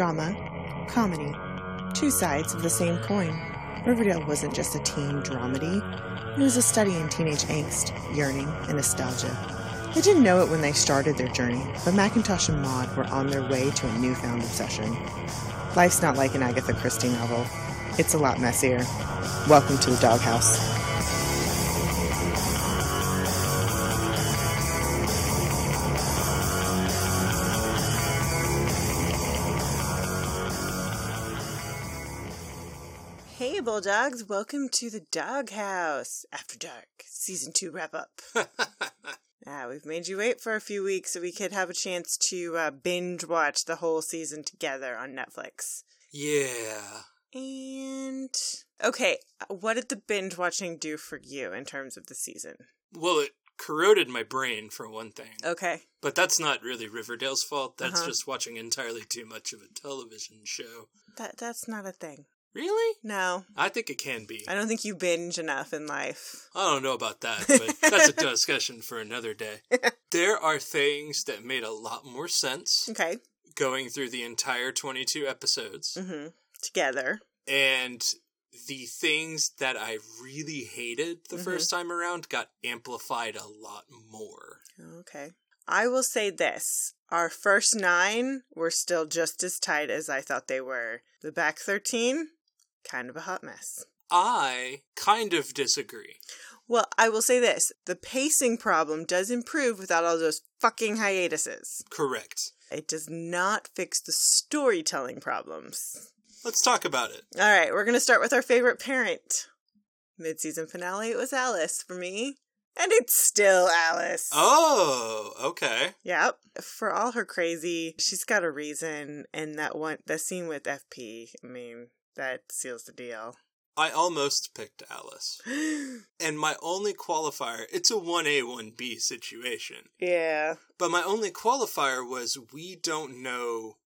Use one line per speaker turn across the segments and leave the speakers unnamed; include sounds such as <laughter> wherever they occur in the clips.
drama, comedy. Two sides of the same coin. Riverdale wasn't just a teen dramedy, it was a study in teenage angst, yearning, and nostalgia. They didn't know it when they started their journey, but Macintosh and Maud were on their way to a newfound obsession. Life's not like an Agatha Christie novel, it's a lot messier. Welcome to the doghouse. Hey, Bulldogs, welcome to the doghouse. After Dark, Season 2 wrap up. Ah, we've made you wait for a few weeks so we could have a chance to uh, binge watch the whole season together on Netflix.
yeah.
And okay, what did the binge watching do for you in terms of the season?
Well, it corroded my brain for one thing.
Okay,
But that's not really Riverdale's fault. That's
Oh. Uh-huh.
just watching entirely too much of a television show.
that that's not a thing.
Really?
No,
I think it can be.
I don't think you binge enough in life.
I don't know about that,
<laughs>
but that's a discussion for another day. There are things that made a lot more sense
Okay,
going through the entire 22 episodes.
mm-hmm. together.
And the things that I really hated the
Mhm.
first time around got amplified a lot more.
Okay, I will say this: our first nine were still just as tight as I thought they were. The back thirteen, kind of a hot mess.
I kind of disagree.
Well, I will say this: the pacing problem does improve without all those fucking hiatuses.
Correct.
It does not fix the storytelling problems.
Let's talk about it.
All right, we're going to start with our favorite parent. Mid season finale, it was Alice for me. And it's still Alice.
Oh, okay.
Yep. For all her crazy, she's got a reason. And that one, the scene with FP, I mean, that seals the deal. <gasps>
I almost picked Alice. And my only qualifier, it's a 1A, 1B situation.
yeah.
But my only qualifier was we don't know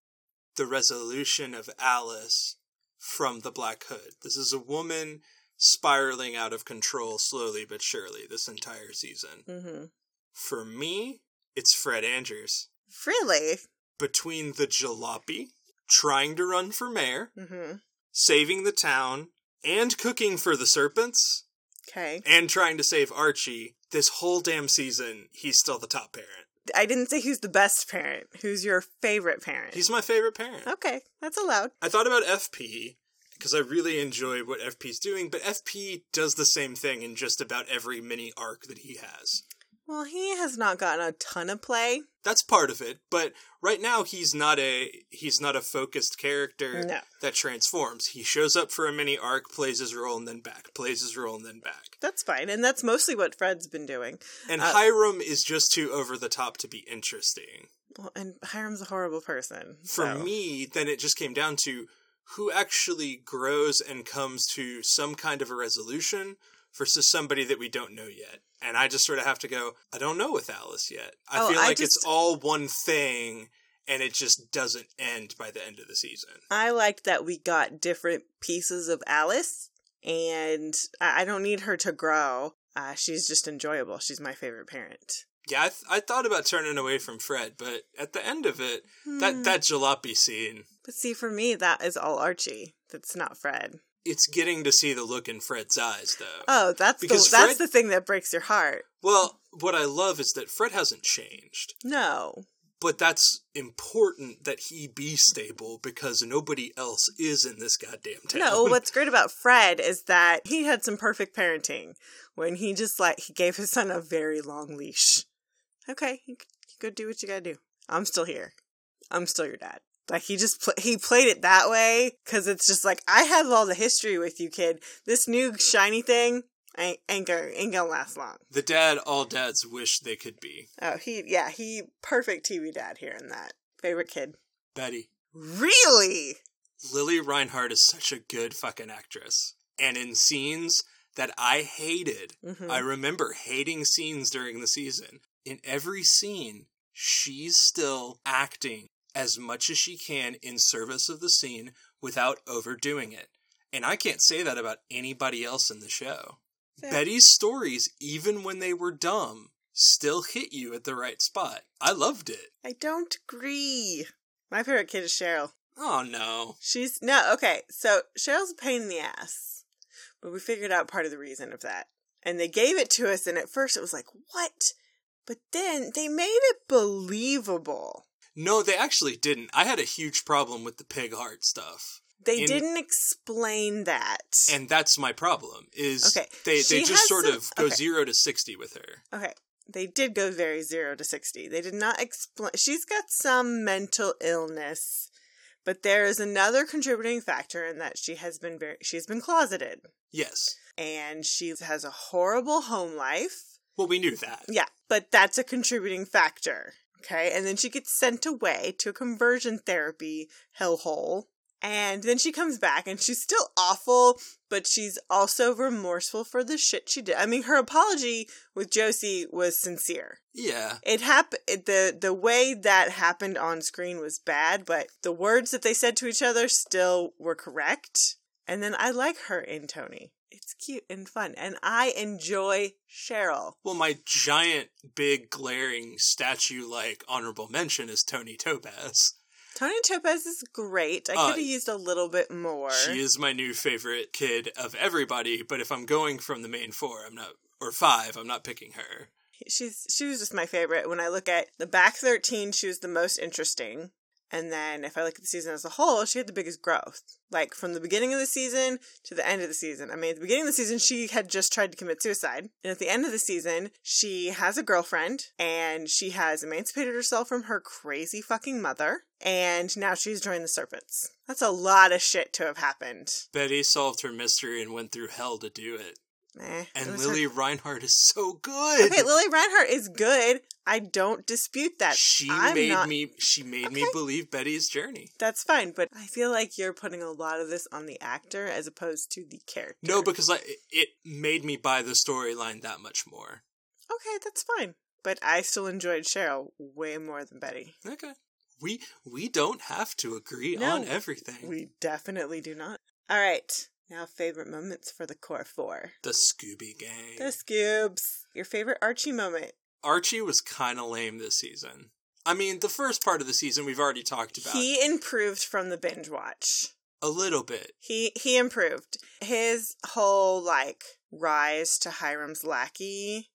the resolution of Alice from the Black Hood. This is a woman spiraling out of control slowly but surely this entire season.
hmm
For me, it's Fred Andrews.
Really?
Between the jalopy, trying to run for mayor,
hmm
saving the town, and cooking for the serpents,
Okay.
and trying to save Archie, this whole damn season, he's still the top parent.
I didn't say who's the best parent. Who's your favorite parent?
He's my favorite parent.
okay, that's allowed.
I thought about FP because I really enjoy what FP's doing, but FP does the same thing in just about every mini arc that he has.
Well, he has not gotten a ton of play.
That's part of it, but right now he's not a he's not a focused character
No.
that transforms. He shows up for a mini arc, plays his role and then back, plays his role and then back.
That's fine. And that's mostly what Fred's been doing.
And
Uh,
Hiram is just too over the top to be interesting.
Well, and Hiram's a horrible person.
for
so-
me, then it just came down to who actually grows and comes to some kind of a resolution versus somebody that we don't know yet. And I just sort of have to go, I don't know with Alice yet. I
Oh,
feel
I
like
just-
it's all one thing and it just doesn't end by the end of the season.
I liked that we got different pieces of Alice, and I I don't need her to grow. Uh, she's just enjoyable. She's my favorite parent.
Yeah, I, th- I thought about turning away from Fred, but at the end of it,
Hmm.
that, that jalopy scene,
But see, for me, that is all Archie. That's not Fred.
it's getting to see the look in Fred's eyes, though.
Oh, that's the,
Because
that's
Fred-
the thing that breaks your heart.
well, what I love is that Fred hasn't changed.
No,
but that's important that he be stable because nobody else is in this goddamn town.
No,
<laughs>
what's great about Fred is that he had some perfect parenting when he just like he gave his son a very long leash. Okay, you, c- you go do what you gotta do. I'm still here. I'm still your dad. Like he just pl- he played it that way because it's just like I have all the history with you, kid. This new shiny thing ain't ain't gonna, ain't gonna last long.
the dad all dads wish they could be.
Oh, he yeah, he perfect TV dad here in that favorite kid.
Betty,
Really?
Lily Reinhardt is such a good fucking actress. And in scenes that I hated,
Mhm.
I remember hating scenes during the season. In every scene, she's still acting as much as she can in service of the scene without overdoing it. And I can't say that about anybody else in the show.
Fair.
Betty's stories, even when they were dumb, still hit you at the right spot. I loved it.
I don't agree. My favorite kid is Cheryl.
Oh no.
She's no okay. So Cheryl's a pain in the ass, but we figured out part of the reason of that, and they gave it to us. And at first, it was like what, but then they made it believable.
No, they actually didn't. I had a huge problem with the pig heart stuff.
They
In-
didn't explain that.
And that's my problem is
Okay,
they
she
they just
has
sort
some-
of go
okay.
0 to 60 with her.
okay, they did go very zero to sixty. They did not explain. She's got some mental illness, but there is another contributing factor in that she has been very she's been closeted.
Yes.
and she has a horrible home life.
Well, we knew that.
Yeah, but that's a contributing factor. Okay, and then she gets sent away to a conversion therapy hellhole. And then she comes back and she's still awful, but she's also remorseful for the shit she did. I mean, her apology with Josie was sincere.
Yeah.
It happened the the way that happened on screen was bad, but the words that they said to each other still were correct. And then I like her in Tony. It's cute and fun, and I enjoy Cheryl.
Well, my giant big glaring statue like honorable mention is Tony Topaz.
Tony Topaz is great. I
Uh,
could have used a little bit more.
She is my new favorite kid of everybody, but if I'm going from the main 4, I'm not or 5, I'm not picking her.
She's she was just my favorite. When I look at the back thirteen, she was the most interesting. And then if I look at the season as a whole, she had the biggest growth. Like from the beginning of the season to the end of the season. I mean, at the beginning of the season, she had just tried to commit suicide. And at the end of the season, she has a girlfriend and she has emancipated herself from her crazy fucking mother. And now she's joined the serpents. That's a lot of shit to have happened.
Betty solved her mystery and went through hell to do it.
Eh, it
And
was her-
Lily Reinhardt is so good.
Okay, Lily Reinhart is good. I don't dispute that.
she
I'm
made
not-
me she made me
Okay.
believe Betty's journey.
That's fine, but I feel like you're putting a lot of this on the actor as opposed to the character.
No, because I, it made me buy the storyline that much more.
okay, that's fine. But I still enjoyed Cheryl way more than Betty.
Okay. We we don't have to agree
No,
on everything.
We definitely do not. All right, now favorite moments for the core four.
the Scooby Gang.
The Scoobs. Your favorite Archie moment.
Archie was kind of lame this season. I mean, the first part of the season we've already talked about
He improved from the binge watch.
a little bit.
He he improved. His whole like rise to Hiram's lackey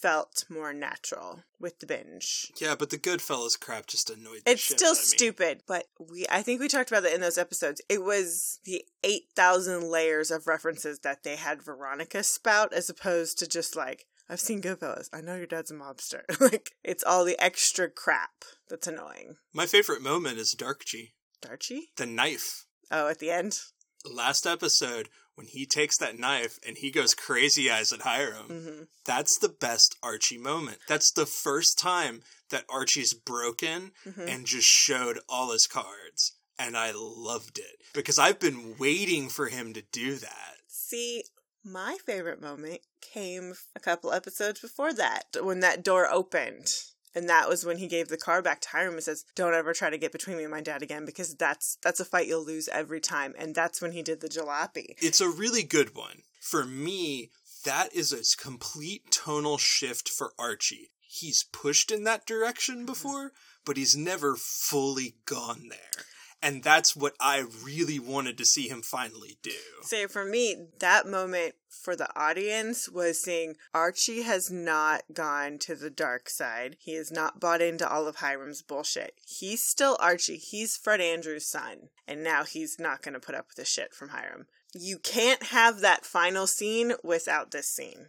felt more natural with the binge.
Yeah, but the Goodfellas crap just annoyed. the
It's
shit
still
out of me.
stupid, but we I think we talked about that in those episodes. It was the 8,000 layers of references that they had Veronica spout as opposed to just like I've seen Goodfellas. I know your dad's a mobster. <laughs> like it's all the extra crap that's annoying.
My favorite moment is Darkchi,
Darchie?
the knife.
Oh, at the end.
Last episode when he takes that knife and he goes crazy eyes at Hiram.
hmm
That's the best Archie moment. That's the first time that Archie's broken
hmm
and just showed all his cards. And I loved it because I've been waiting for him to do that.
See, my favorite moment came a couple episodes before that, when that door opened. And that was when he gave the car back to Hiram and says, Don't ever try to get between me and my dad again because that's that's a fight you'll lose every time. And that's when he did the jalopy.
It's a really good one. For me, that is a complete tonal shift for Archie. He's pushed in that direction before, but he's never fully gone there. And that's what I really wanted to see him finally do.
So for me, that moment for the audience was seeing Archie has not gone to the dark side. He has not bought into all of Hiram's bullshit. He's still Archie. He's Fred Andrews' son. And now he's not going to put up with this shit from Hiram. You can't have that final scene without this scene.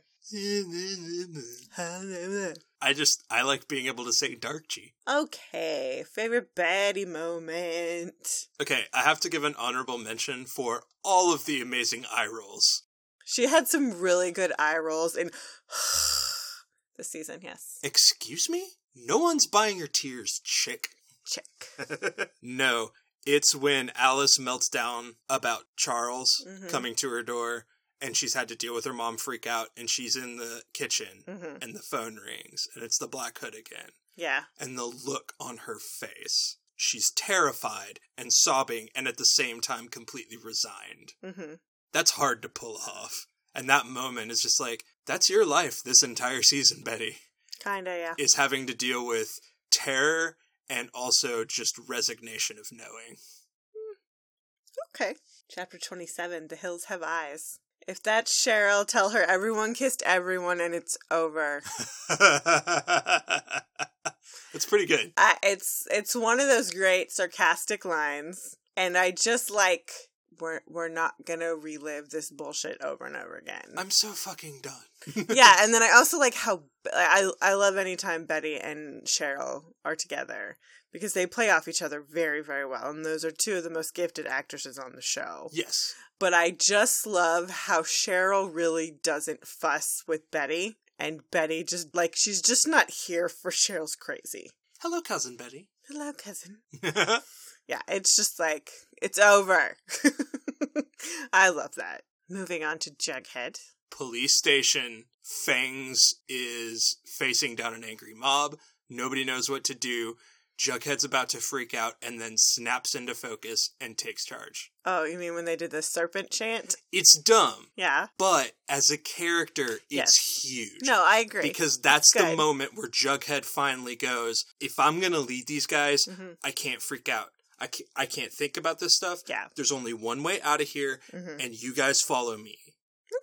I just, I like being able to say Darkchi.
Okay, favorite Betty moment.
Okay, I have to give an honorable mention for all of the amazing eye rolls.
She had some really good eye rolls in <sighs> this season, yes.
Excuse me? No one's buying your tears, chick.
Check.
no, it's when Alice melts down about Charles
Mhm.
coming to her door and she's had to deal with her mom freak out and she's in the kitchen
hmm
and the phone rings and it's the Black Hood again.
Yeah.
And the look on her face. She's terrified and sobbing and at the same time completely resigned.
hmm
that's hard to pull off. And that moment is just like, that's your life this entire season, Betty,
Kinda, yeah.
is having to deal with terror and also just resignation of knowing. <laughs>
Okay. Chapter 27 The Hills Have Eyes. If that's Cheryl, tell her everyone kissed everyone and it's over.
it's pretty good.
I, it's it's one of those great sarcastic lines, and I just like we're we're not gonna relive this bullshit over and over again.
<laughs> I'm so fucking done.
yeah, and then I also like how I I love anytime Betty and Cheryl are together because they play off each other very very well, and those are two of the most gifted actresses on the show.
<laughs> Yes.
But I just love how Cheryl really doesn't fuss with Betty, and Betty just like she's just not here for Cheryl's crazy.
Hello, cousin Betty. <laughs>
Hello, cousin. yeah, it's just like it's over. <laughs> I love that. Moving on to Jughead.
Police station. Fangs is facing down an angry mob. Nobody knows what to do. Jughead's about to freak out and then snaps into focus and takes charge.
Oh, you mean when they did the serpent chant?
It's dumb,
Yeah.
but as a character,
Yes.
it's huge.
No, I agree.
Because that's
It's
the
good.
moment where Jughead finally goes, if I'm going to lead these guys,
Mhm.
I can't freak out. I can't, I can't think about this stuff.
Yeah.
There's only one way out of here,
Mhm.
and you guys follow me.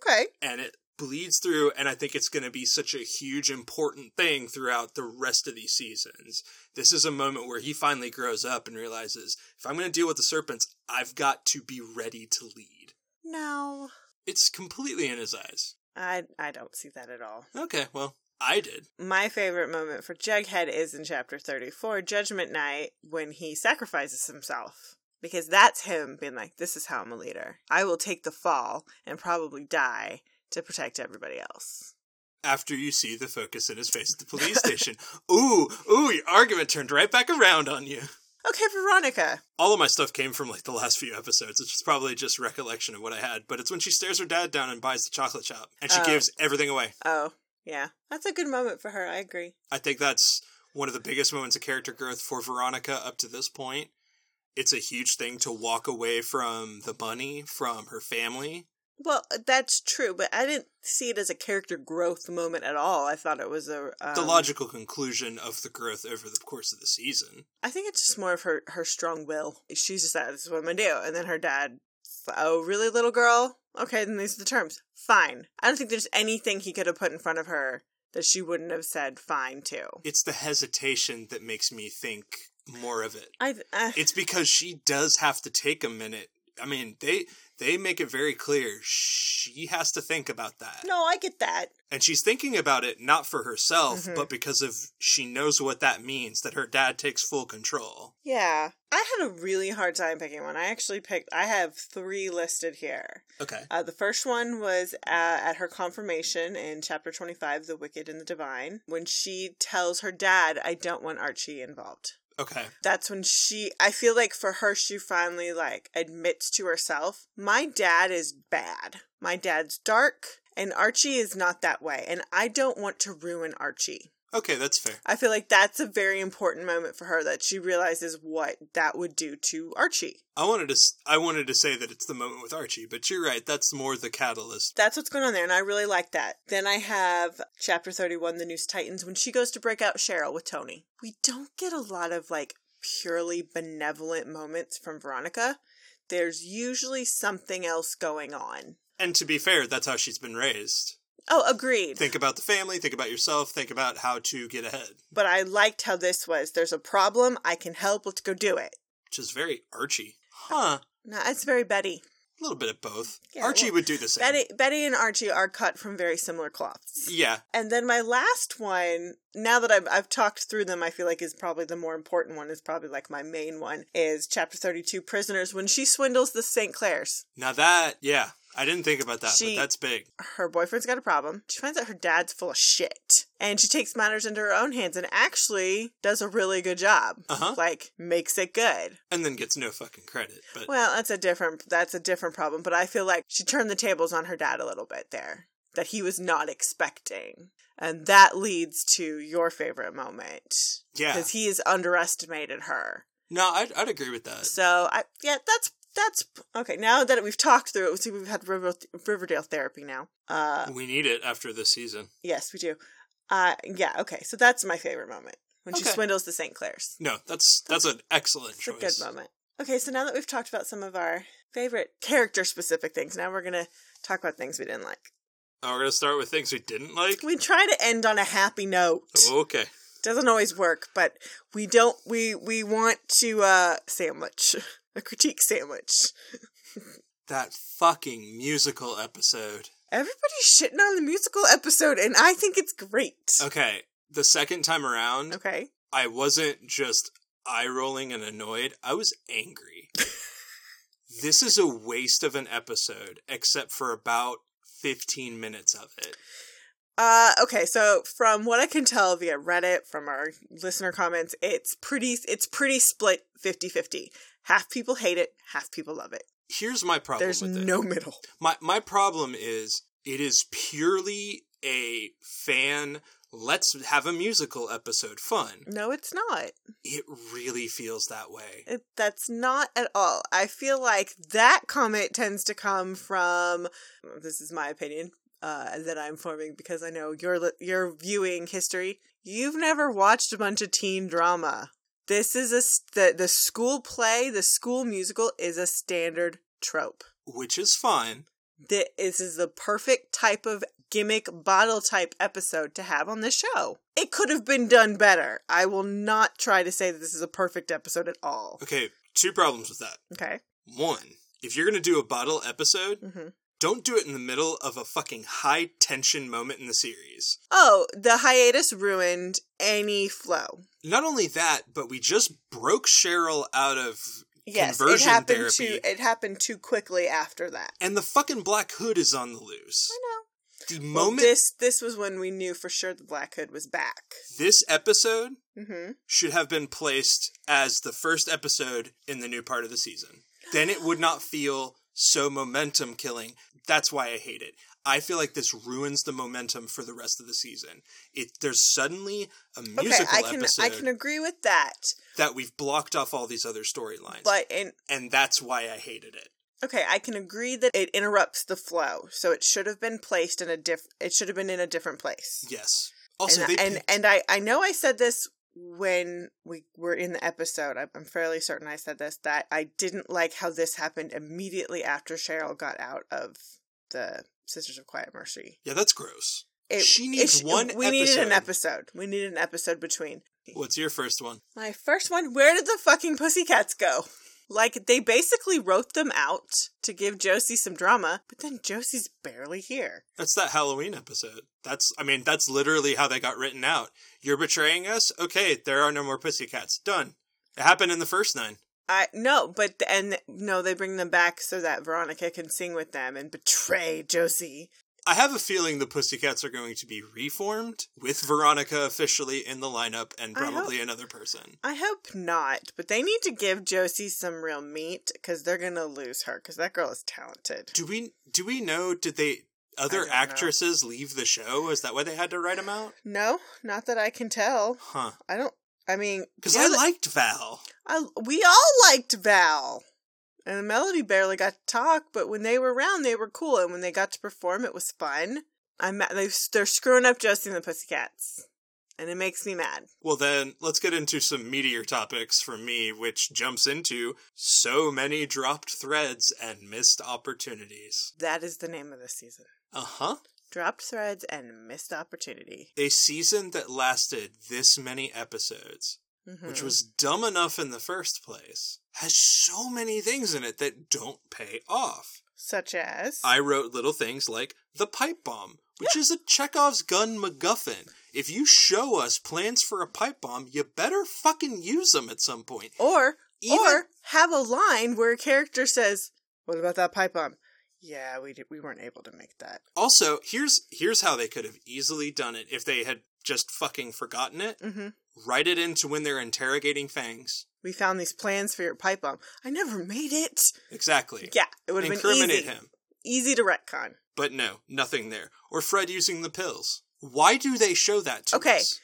Okay.
And it bleeds through, and I think it's going to be such a huge, important thing throughout the rest of these seasons. This is a moment where he finally grows up and realizes if I'm going to deal with the serpents, I've got to be ready to lead.
No,
It's completely in his eyes.
I I don't see that at all.
Okay, well, I did.
My favorite moment for Jughead is in chapter 34, Judgment Night, when he sacrifices himself. Because that's him being like, this is how I'm a leader. I will take the fall and probably die to protect everybody else.
After you see the focus in his face at the police station. <laughs> Ooh, ooh, your argument turned right back around on you.
Okay, Veronica.
all of my stuff came from like the last few episodes, which is probably just recollection of what I had. But it's when she stares her dad down and buys the chocolate shop, and she
Oh.
gives everything away.
Oh, yeah. That's a good moment for her. I agree.
I think that's one of the biggest moments of character growth for Veronica up to this point. It's a huge thing to walk away from the money, from her family.
Well, that's true, but I didn't see it as a character growth moment at all. I thought it was a um,
The logical conclusion of the growth over the course of the season.
I think it's just more of her her strong will. She's just that this is what I'm gonna do, and then her dad. Oh, really, little girl? Okay, then these are the terms. Fine. I don't think there's anything he could have put in front of her that she wouldn't have said fine to.
It's the hesitation that makes me think more of it.
I uh,
it's because she does have to take a minute. I mean, they they make it very clear she has to think about that.
no, I get that.
And she's thinking about it not for herself,
Mhm.
but because of she knows what that means that her dad takes full control.
Yeah, I had a really hard time picking one. I actually picked. I have three listed here.
Okay.
Uh, the first one was uh, at her confirmation in chapter 25, The Wicked and the Divine, when she tells her dad, I don't want Archie involved.
Okay.
That's when she, I feel like for her, she finally like admits to herself, my dad is bad. My dad's dark, and Archie is not that way. And I don't want to ruin Archie.
Okay, that's fair.
I feel like that's a very important moment for her that she realizes what that would do to Archie.
I wanted to s- I wanted to say that it's the moment with Archie, but you're right, that's more the catalyst.
That's what's going on there, and I really like that. Then I have chapter 31, The Noose Titans, when she goes to break out Cheryl with Tony. We don't get a lot of like purely benevolent moments from Veronica. There's usually something else going on.
And to be fair, that's how she's been raised.
Oh, agreed.
Think about the family, think about yourself, think about how to get ahead,
But I liked how this was. There's a problem. I can help. Let's go do it.
which is very Archie. Huh.
No, that's very Betty.
A little bit of both.
Yeah,
Archie
well,
would do the same.
Betty, Betty and Archie are cut from very similar cloths.
Yeah,
And then my last one, now that I've I've talked through them, I feel like is probably the more important one. Is probably like my main one is chapter thirty two, prisoners. When she swindles the St. Clairs,
Now that, yeah, I didn't think about that,
She-
but that's big.
her boyfriend's got a problem. She finds out her dad's full of shit, and she takes matters into her own hands and actually does a really good job.
Uh huh.
Like makes it good.
And then gets no fucking credit. But
Well, that's a different that's a different problem. But I feel like she turned the tables on her dad a little bit there that he was not expecting, and that leads to your favorite moment.
yeah,
because he has underestimated her.
no, I'd, I'd agree with that.
So I yeah, that's that's okay. Now that we've talked through it, see we've had River, Riverdale therapy now. Uh,
We need it after this season.
yes, we do. Uh, yeah, okay. So that's my favorite moment when she
Okay.
swindles the St. Clairs.
No, that's that's an excellent
It's a
choice.
good moment. Okay, so now that we've talked about some of our favorite character specific things, now we're going to talk about things we didn't like.
Now Oh, we're going to start with things we didn't like. Oh,
We try to end on a happy note.
Okay.
Doesn't always work, but we don't we we want to uh sandwich <laughs> a critique sandwich.
That fucking musical episode.
Everybody's shitting on the musical episode and I think it's great.
Okay. The second time around,
Okay.
I wasn't just eye rolling and annoyed, I was
<laughs>
angry. this is a waste of an episode, except for about 15 minutes of it.
Uh okay, so from what I can tell via Reddit from our listener comments, it's pretty it's pretty split 50-50. Half people hate it, half people love it.
Here's my problem
There's
with it.
no middle.
My my problem is it is purely a fan let's have a musical episode fun.
No, it's not.
It really feels that way.
It, that's not at all. I feel like that comment tends to come from this is my opinion uh, that I'm forming because I know your li- your viewing history. You've never watched a bunch of teen drama. This is a s- the the school play, the school musical is a standard trope.
Which is fine.
Thi- This is the perfect type of gimmick bottle type episode to have on this show. It could have been done better. I will not try to say that this is a perfect episode at all.
Okay, two problems with that.
Okay.
One, if you're gonna do a bottle episode,
Mm-hmm.
don't do it in the middle of a fucking high tension moment in the series.
Oh, the hiatus ruined any flow.
Not only that, but we just broke Cheryl out of
Yes,
Conversion
it happened
therapy.
too. It happened too quickly after that.
and the fucking Black Hood is on the loose.
I know.
The
Well,
moment
this this was when we knew for sure the Black Hood was back.
this episode
hmm
should have been placed as the first episode in the new part of the season. Then it would not feel so momentum killing. That's why I hate it. I feel like this ruins the momentum for the rest of the season. It there's suddenly a musical
Okay, I can
episode
I can agree with that,
that we've blocked off all these other storylines,
but in
and that's why I hated it.
okay, I can agree that it interrupts the flow. So it should have been placed in a diff. It should have been in a different place.
Yes. Also,
and
they
and,
picked-
and I, I know I said this when we were in the episode. I'm, I'm fairly certain I said this that I didn't like how this happened immediately after Cheryl got out of the Sisters of Quiet Mercy.
yeah, that's gross.
It,
She needs
sh-
one
We needed an
episode.
episode. We needed an episode between.
What's your first one?
My first one, where did the fucking pussycats go? Like, they basically wrote them out to give Josie some drama, but then Josie's barely here.
That's that Halloween episode. That's I mean, that's literally how they got written out. You're betraying us? Okay, there are no more pussycats. Done. It happened in the first nine.
I no, but and no, they bring them back so that Veronica can sing with them and betray Josie.
I have a feeling the pussycats are going to be reformed with Veronica officially in the lineup and
I hope-
probably another person.
I hope not, but they need to give Josie some real meat because they're gonna lose her because that girl is talented.
Do we do we know did they
don't
other
know.
actresses leave the show? Is that why they had to write them out?
No, not that I can tell.
Huh.
I don't. I mean,
Because
the
I
other-
liked Val.
I, we all liked Val. And Melody barely got to talk, but when they were around, they were cool. And when they got to perform, it was fun. I'm mad. They've, they're screwing up Josie and the Pussycats. And it makes me mad.
Well, then, let's get into some meteor topics for me, which jumps into so many dropped threads and missed opportunities.
That is the name of this season.
Uh huh.
Dropped threads and missed opportunity.
A season that lasted this many episodes,
Mhm.
which was dumb enough in the first place, has so many things in it that don't pay off.
such as
I wrote little things like the pipe bomb, which is a Chekhov's gun MacGuffin. If you show us plans for a pipe bomb, you better fucking use them at some point.
or
Even-
or have a line where a character says, "What about that pipe bomb?" Yeah, we did, we weren't able to make that.
Also, here's here's how they could have easily done it if they had just fucking forgotten it.
hmm
Write it into when they're interrogating Fangs.
We found these plans for your pipe bomb. I never made it.
Exactly.
Yeah, it would have been
Incriminate
easy.
him.
Easy to retcon.
But no, nothing there. Or Fred using the pills. Why do they show that to
Okay.
us?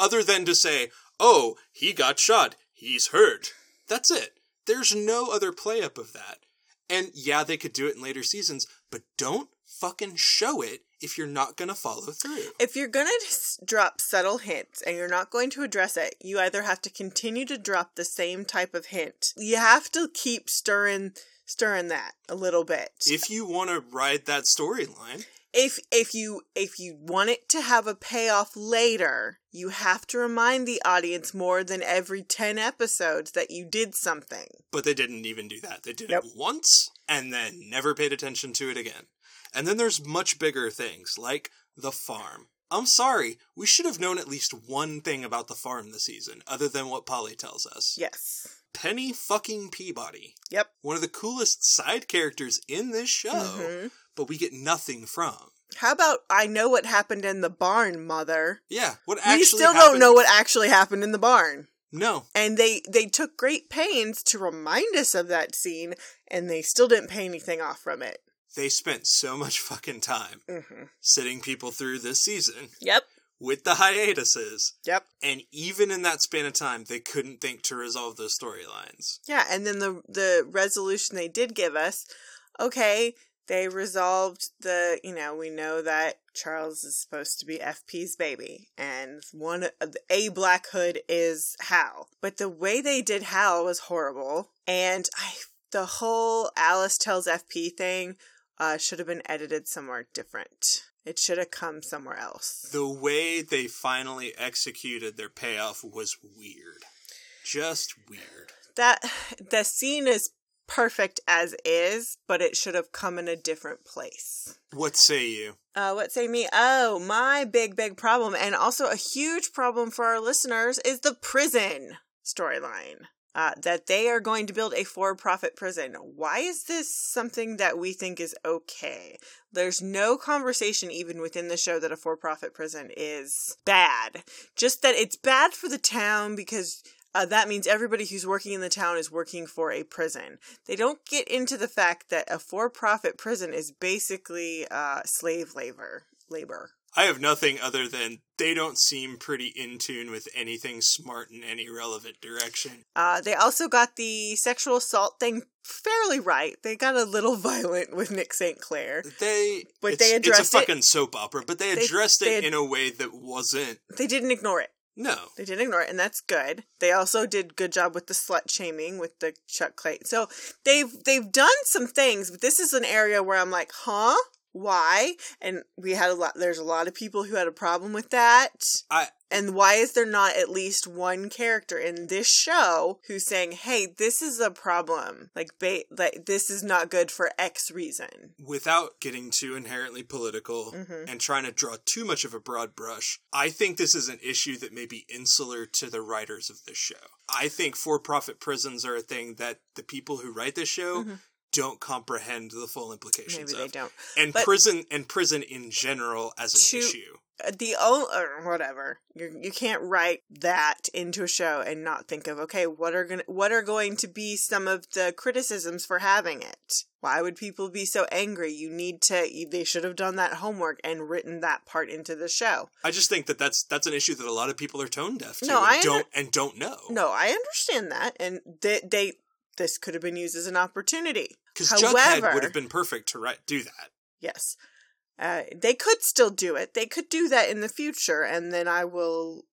Other than to say, "Oh, he got shot. He's hurt." That's it. There's no other play up of that. And yeah, they could do it in later seasons, but don't fucking show it if you're not going to follow through.
If you're going to drop subtle hints and you're not going to address it, you either have to continue to drop the same type of hint. You have to keep stirring stirring that a little bit.
If you want to ride that storyline,
If if you if you want it to have a payoff later, you have to remind the audience more than every 10 episodes that you did something.
but they didn't even do that. They did
Nope.
it once and then never paid attention to it again. And then there's much bigger things like the farm. I'm sorry, we should have known at least one thing about the farm this season, other than what Polly tells us.
Yes.
Penny fucking Peabody,
Yep.
one of the coolest side characters in this show,
Mhm.
but we get nothing from.
How about I know what happened in the barn, mother?
Yeah, what
we
actually
still don't
happened-
know what actually happened in the barn.
No,
And they they took great pains to remind us of that scene and they still didn't pay anything off from it.
they spent so much fucking time
Mhm.
sitting people through this season
Yep.
with the hiatuses.
Yep.
And even in that span of time, they couldn't think to resolve those storylines.
Yeah, and then the the resolution they did give us, okay, they resolved the you know we know that Charles is supposed to be FP's baby, and one of the, a Black Hood is Hal, but the way they did Hal was horrible, and I the whole Alice tells FP thing uh, should have been edited somewhere different. It should have come somewhere else.
The way they finally executed their payoff was weird. Just weird.
that <sighs> the scene is perfect as is, but it should have come in a different place.
What say you?
Uh, what say me? Oh, my big, big problem, and also a huge problem for our listeners is the prison storyline. Uh, that they are going to build a for profit prison. Why is this something that we think is okay? There's no conversation, even within the show, that a for profit prison is bad. Just that it's bad for the town because uh, that means everybody who's working in the town is working for a prison. They don't get into the fact that a for profit prison is basically uh, slave labor. Labor.
I have nothing other than they don't seem pretty in tune with anything smart in any relevant direction.
Uh, they also got the sexual assault thing fairly right. They got a little <laughs> violent with Nick St. Clair.
They,
But
it's,
they
it's
addressed
a
it-
fucking soap opera, but they
They-
addressed
they
it
ad-
in a way that wasn't.
They didn't ignore it.
No,
They didn't ignore it, and that's good. They also did good job with the slut shaming with the Chuck Clay. So they've they've done some things, but this is an area where I'm like, huh? Why? And we had a lot. There's a lot of people who had a problem with that.
I-
and why is there not at least one character in this show who's saying, "Hey, this is a problem. Like, ba- like this is not good for X reason."
without getting too inherently political
Mhm.
and trying to draw too much of a broad brush, I think this is an issue that may be insular to the writers of this show. I think for profit prisons are a thing that the people who write this show don't comprehend the full implications
Mm-hmm. Maybe they
of.
don't.
And
But-
prison and prison in general as an
To-
issue.
uh, the only or whatever you you can't write that into a show and not think of okay what are going what are going to be some of the criticisms for having it why would people be so angry you need to you, they should have done that homework and written that part into the show
I just think that that's that's an issue that a lot of people are tone deaf to
No,
and
I under-
don't and don't know.
no i understand that and they, they this could have been used as an opportunity
Because
However-
Jughead would have been perfect to write, do that.
yes uh, they could still do it they could do that in the future and then i will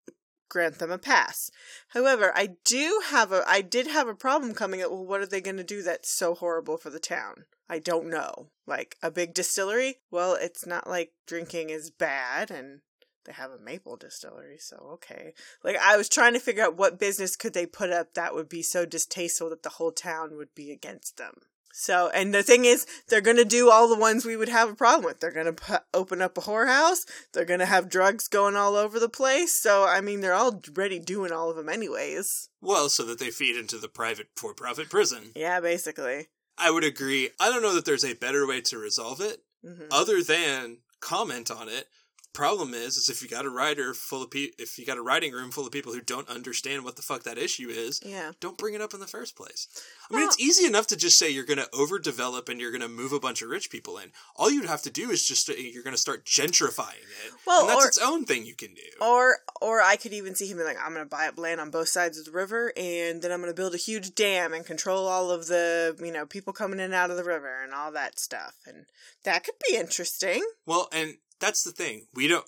grant them a pass however i do have a i did have a problem coming up well what are they going to do that's so horrible for the town i don't know like a big distillery well it's not like drinking is bad and they have a maple distillery so okay like i was trying to figure out what business could they put up that would be so distasteful that the whole town would be against them so, and the thing is, they're going to do all the ones we would have a problem with. They're going to pu- open up a whorehouse. They're going to have drugs going all over the place. So, I mean, they're already doing all of them, anyways.
Well, so that they feed into the private for profit prison.
Yeah, basically.
I would agree. I don't know that there's a better way to resolve it
hmm
other than comment on it. Problem is, is if you got a writer full of pe- if you got a writing room full of people who don't understand what the fuck that issue is,
Yeah.
don't bring it up in the first place. I mean,
Well-
it's easy enough to just say you're going to overdevelop and you're going to move a bunch of rich people in. All you'd have to do is just uh, you're going to start gentrifying it.
Well,
and that's
or-
its own thing you can do.
Or, or I could even see him being like, I'm going to buy up land on both sides of the river, and then I'm going to build a huge dam and control all of the, you know, people coming in and out of the river and all that stuff. And that could be interesting.
Well, and That's the thing. We don't.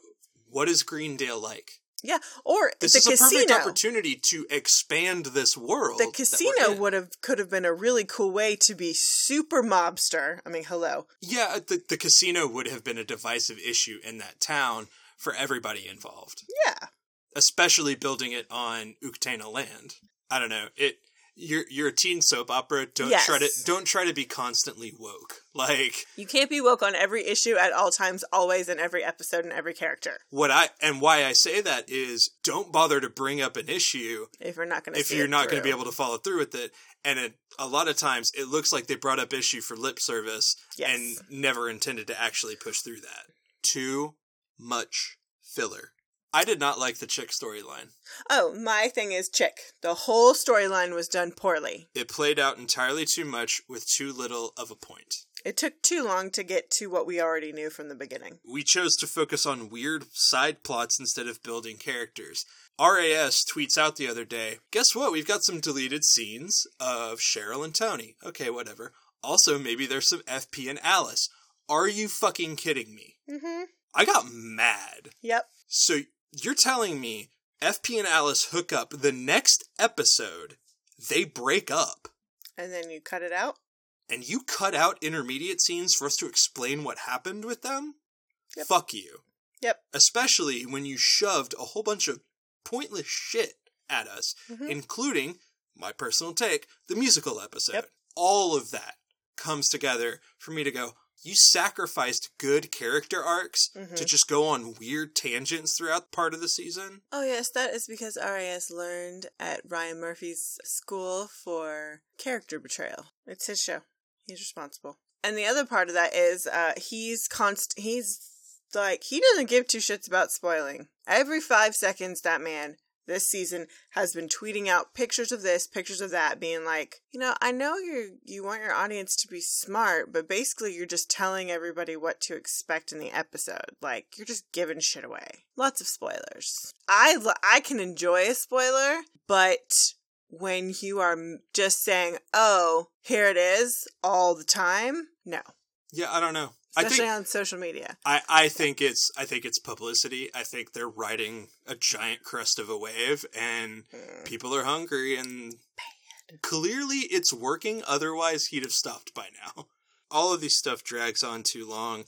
What is Greendale like?
Yeah, or
This
the
is a perfect
casino.
opportunity to expand this world.
The
that we're
casino
in.
would have could have been a really cool way to be super mobster. I mean, hello.
Yeah, uh, the, the casino would have been a divisive issue in that town for everybody involved,
Yeah.
especially building it on Uktana land. I don't know. It you're you're a teen soap opera. Don't
Yes.
try to don't try to be constantly woke. Like
You can't be woke on every issue at all times, always in every episode and every character.
what I and why I say that is don't bother to bring up an issue
If you're not going to,
if you're not going to be able to follow through with it. And it, a lot of times it looks like they brought up issue for lip service
Yes.
and never intended to actually push through that. Too much filler. I did not like the chick storyline.
Oh, my thing is chick. The whole storyline was done poorly.
It played out entirely too much with too little of a point.
It took too long to get to what we already knew from the beginning.
We chose to focus on weird side plots instead of building characters. RAS tweets out the other day, guess what? We've got some deleted scenes of Cheryl and Tony. Okay, whatever. Also, maybe there's some FP and Alice. Are you fucking kidding me?
Mm-hmm.
I got mad.
Yep.
So you're telling me FP and Alice hook up the next episode, they break up,
And then you cut it out.
and you cut out intermediate scenes for us to explain what happened with them?
Yep.
Fuck you.
Yep.
especially when you shoved a whole bunch of pointless shit at us,
Mhm.
including my personal take, the musical episode.
Yep.
All of that comes together for me to go, you sacrificed good character arcs to
Mhm.
just go on weird tangents throughout part of the season.
Oh yes, that is because RAS learned at Ryan Murphy's school for character betrayal. It's his show. He's responsible. And the other part of that is uh he's const he's like he doesn't give two shits about spoiling. Every 5 seconds that man this season has been tweeting out pictures of this, pictures of that, being like, you know, I know you you want your audience to be smart, but basically you're just telling everybody what to expect in the episode. Like you're just giving shit away. Lots of spoilers. I lo- I can enjoy a spoiler, but when you are m- just saying, "Oh, here it is," all the time, no,
Yeah, I don't know. I
especially
think
on social media.
I, I think it's I think it's publicity. I think they're riding a giant crest of a wave and
Mm.
people are hungry and clearly it's working otherwise he'd have stopped by now <laughs> all of these stuff drags on too long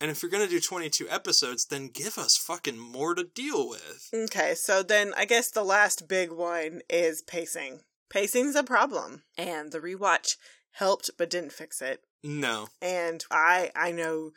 and if you're going to do 22 episodes then give us fucking more to deal with
Okay, so then I guess the last big one is pacing. Pacing's a problem, and the rewatch helped but didn't fix it.
no
And I I know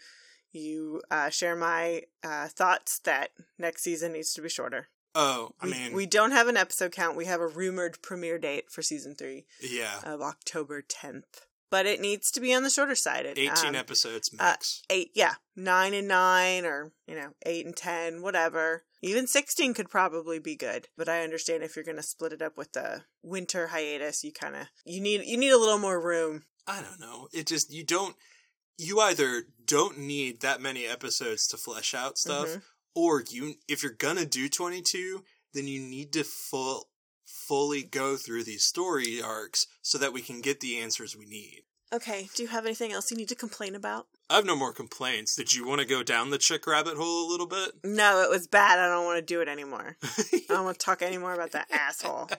you uh, share my uh, thoughts that next season needs to be shorter.
oh i
we,
mean
we don't have an episode count. We have a rumored premiere date for season three
yeah
of October 10th, but it needs to be on the shorter side. It,
18
um,
episodes max
eight yeah nine and nine or you know eight and ten whatever even 16 could probably be good but i understand if you're gonna split it up with the winter hiatus you kind of you need you need a little more room
i don't know it just you don't you either don't need that many episodes to flesh out stuff
Mhm.
or you if you're going to do 22 then you need to full fully go through these story arcs so that we can get the answers we need
okay do you have anything else you need to complain about
I have no more complaints. Did you want to go down the chick rabbit hole a little bit?
no it was bad i don't want to do it <laughs> anymore i don't want to talk anymore about that asshole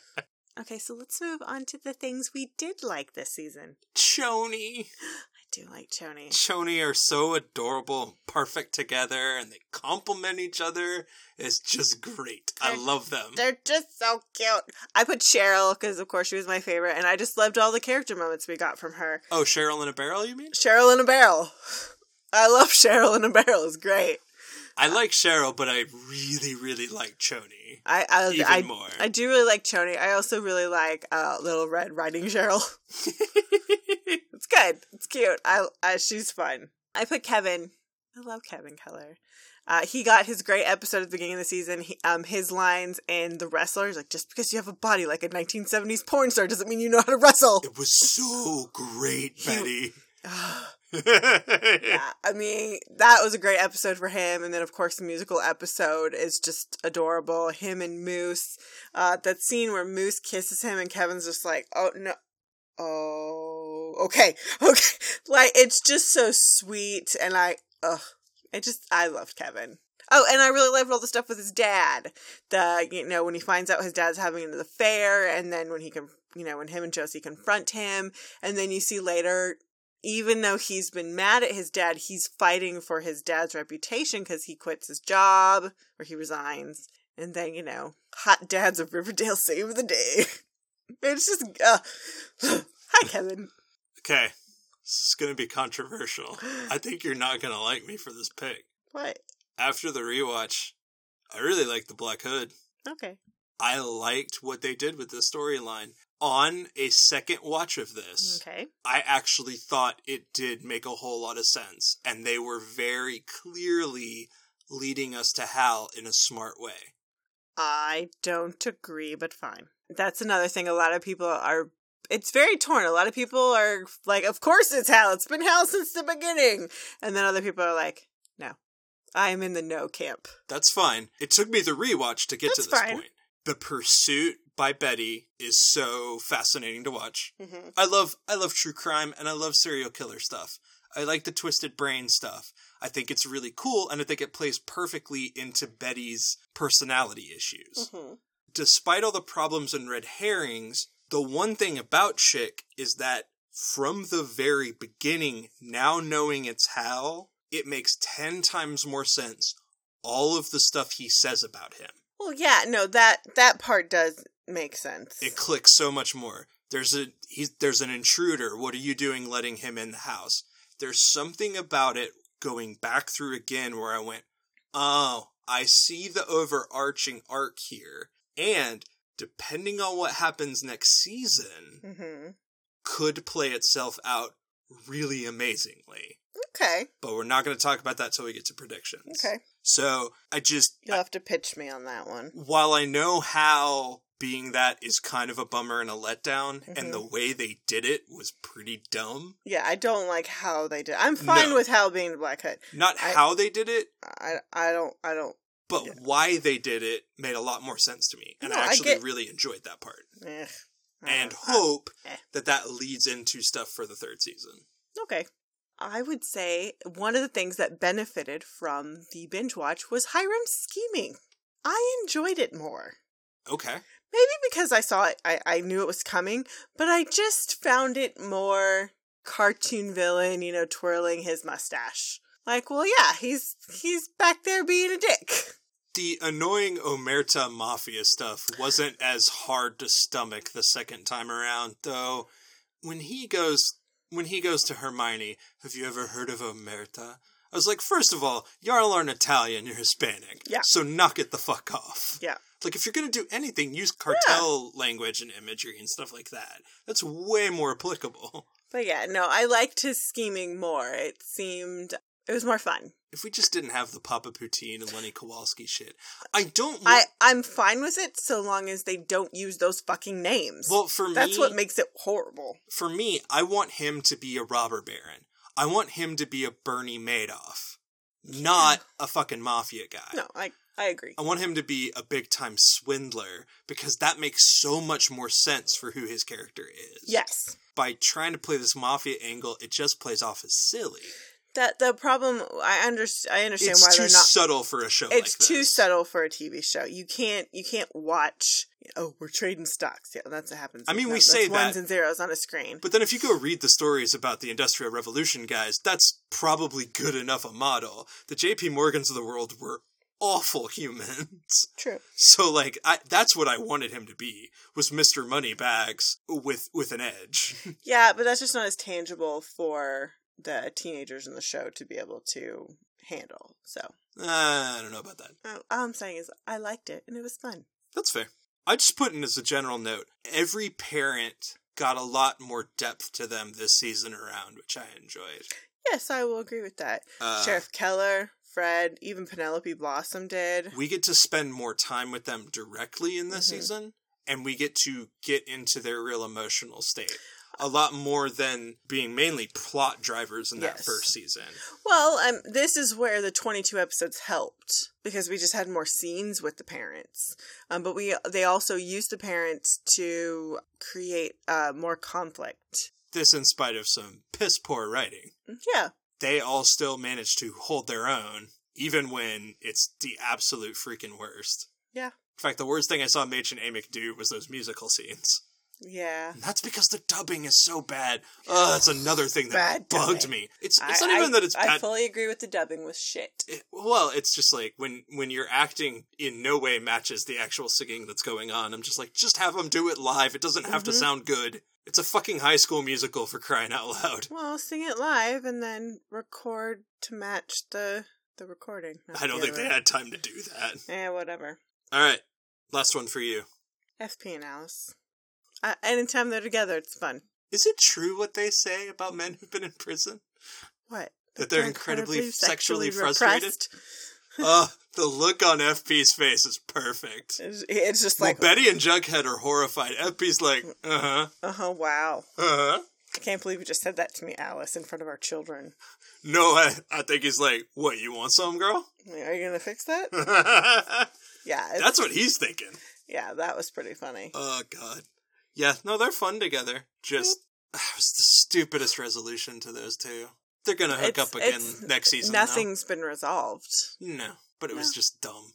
<laughs> okay so let's move on to the things we did like this season
Choni.
i do like choni
Choni are so adorable and perfect together and they complement each other. It's just great. I
They're-
love them.
They're just so cute. I put Cheryl because, of course, she was my favorite, and I just loved all the character moments we got from her.
Oh, Cheryl in a barrel, you mean?
Cheryl in a barrel. <laughs> I love Cheryl in a barrel. It's great.
I like Cheryl, but I really, really like Choni.
I I,
Even
I,
more.
I do really like Choni. I also really like uh, Little Red Riding Cheryl. <laughs> it's good. It's cute. I, I she's fun. I put Kevin. I love Kevin Keller. Uh, he got his great episode at the beginning of the season. He, um, his lines in The Wrestlers, like, just because you have a body like a 1970s porn star doesn't mean you know how to wrestle.
It was so great, Betty.
<sighs> <laughs> yeah, I mean, that was a great episode for him. And then, of course, the musical episode is just adorable. Him and Moose. Uh, that scene where Moose kisses him and Kevin's just like, oh, no. <laughs> Oh, okay. Okay. Like, it's just so sweet. And I, ugh. I just I loved Kevin. Oh, and I really loved all the stuff with his dad. The you know when he finds out his dad's having an affair, and then when he can you know when him and Josie confront him, and then you see later, even though he's been mad at his dad, he's fighting for his dad's reputation because he quits his job or he resigns, and then you know hot dads of Riverdale <laughs> save the day. it's just uh, <sighs> hi Kevin.
Okay. This is going to be controversial. I think you're not going to like me for this pick.
What?
After the rewatch, I really liked the Black Hood.
Okay.
I liked what they did with the storyline. On a second watch of this,
Okay.
I actually thought it did make a whole lot of sense. And they were very clearly leading us to Hal in a smart way.
I don't agree, but fine. That's another thing. A lot of people are. It's very torn. A lot of people are like, "Of course it's Hal. It's been Hal since the beginning," and then other people are like, "No, I am in the no camp."
That's fine. It took me the rewatch to get
That's
to this
fine.
point. The pursuit by Betty is so fascinating to watch.
Mhm.
I love I love true crime and I love serial killer stuff. I like the twisted brain stuff. I think it's really cool and I think it plays perfectly into Betty's personality
Mm-hmm.
issues. Despite all the problems and red herrings, the one thing about Chick is that from the very beginning, now knowing it's Hal, it makes 10 times more sense all of the stuff he says about him.
Well, yeah, no that that part does make sense.
it clicks so much more. There's a he's there's an intruder. What are you doing letting him in the house? There's something about it going back through again where I went, "Oh, I see the overarching arc here." And depending on what happens next season,
hmm
could play itself out really amazingly.
Okay.
But we're not going to talk about that till we get to predictions.
Okay.
So, I just
You'll have to pitch me on that one.
while I know how being that is kind of a bummer and a letdown,
Mhm.
and the way they did it was pretty dumb.
Yeah, I don't like how they did. I'm fine
No.
with Hal being the Black Hood.
Not
I-
how they did it,
I I don't I don't.
but
Yeah.
why they did it made a lot more sense to me, and
No,
I
I
actually
get- Mm-hmm.
really enjoyed that part.
Ugh.
And hope
eh.
that that leads into stuff for the third season.
Okay. I would say one of the things that benefited from the binge watch was Hiram's scheming. I enjoyed it more.
Okay,
Maybe because I saw it, I, I knew it was coming, but I just found it more cartoon villain, you know, twirling his mustache. Like, well, yeah, he's he's back there being a dick. <laughs>
the annoying Omerta mafia stuff wasn't as hard to stomach the second time around, though. When he goes, when he goes to Hermione, have you ever heard of Omerta? I was like, first of all, y'all aren't Italian; you're Hispanic.
Yeah.
So knock it the fuck off.
Yeah.
Like, if you're gonna do anything, use cartel language and imagery and stuff like that. That's way more applicable.
But yeah, no, I liked his scheming more. It seemed it was more fun.
If we just didn't have the Papa Poutine and Lenny Kowalski shit, I don't.
I I'm fine with it so long as they don't use those fucking names.
well, for me,
That's what makes it horrible.
for me, I want him to be a robber baron. I want him to be a Bernie Madoff, not a fucking mafia guy.
No, I I agree.
I want him to be a big time swindler because that makes so much more sense for who his character is.
Yes.
By trying to play this mafia angle, it just plays off as silly.
That the problem I understand I understand
It's
why
too
they're not
subtle for a show
it's
like
too
this.
subtle for a TV show. You can't you can't watch oh, we're trading stocks. Yeah, that's what happens.
I mean,
No,
we
that's
say
ones
that.
and zeros on a screen.
But then if you go read the stories about the Industrial Revolution guys, that's probably good enough a model. The JP Morgans of the world were awful <laughs> humans.
True.
So like I, that's what I wanted him to be was Mr. Moneybags with with an edge.
Yeah, but that's just not as tangible for the teenagers in the show to be able to handle. So
Uh, I don't know about that.
uh, all I'm saying is I liked it and it was fun.
That's fair. I just put in as a general note, every parent got a lot more depth to them this season around, which I enjoyed.
Yes, I will agree with that.
Uh,
Sheriff Keller, Fred, even Penelope Blossom did.
We get to spend more time with them directly in this
Mhm.
season, and we get to get into their real emotional state a lot more than being mainly plot drivers in that
Yes.
first season.
Well, um, this is where the twenty-two episodes helped because we just had more scenes with the parents. Um, but we they also used the parents to create uh more conflict.
This, in spite of some piss poor writing.
Yeah,
they all still managed to hold their own even when it's the absolute freaking worst.
Yeah.
In fact, the worst thing I saw Mitch and Amick do was those musical scenes.
Yeah.
And that's because the dubbing is so bad. Ugh, that's another thing
Bad
that bugged
dubbing.
me. It's it's
I-
not even
I-
that it's
I
bad.
fully agree with the dubbing was shit.
it- well, it's just like when when your acting in no way matches the actual singing that's going on. I'm just like, just have them do it live. It doesn't have to
Mhm.
sound good. It's a fucking high school musical for crying out
<laughs>
loud.
Well, sing it live and then record to match the the recording. not
I don't
the
think
other
they
way.
had time to do that.
Yeah, whatever.
All right, last one for you.
FP and Alice. Uh, anytime they're together, it's fun.
Is it true what they say about men who've been in
<laughs>
prison?
What?
That they're incredibly sexually frustrated?
repressed?
Ugh, the look on FP's face is perfect.
It's, it's just like,
well, Betty and Jughead are horrified.
<laughs>
FP's like, uh huh,
uh huh, wow.
uh huh.
I can't believe you just said that to me, Alice, in front of our children.
No, I, I think he's like, what, you want some, girl? <laughs>
Are you gonna fix that?
Hmm. That's
Yeah, it's-
what he's thinking.
yeah, that was pretty funny.
Oh, God. Yeah, no, they're fun together. Just, <sighs> it was the stupidest resolution to those two. They're going to hook
It's-
up again
it's
next season. now.
Nothing's been resolved.
No, but it was
No.
just dumb.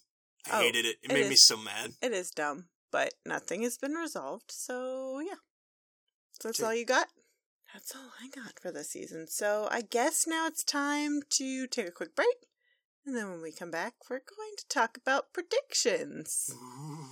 I
Oh,
hated it. It
it
made me
is.
so mad.
It is dumb, but nothing has been resolved. So yeah, so that's
Sure.
all you got. That's all I got for this season. So I guess now it's time to take a quick break, and then when we come back, we're going to talk about predictions. Ooh.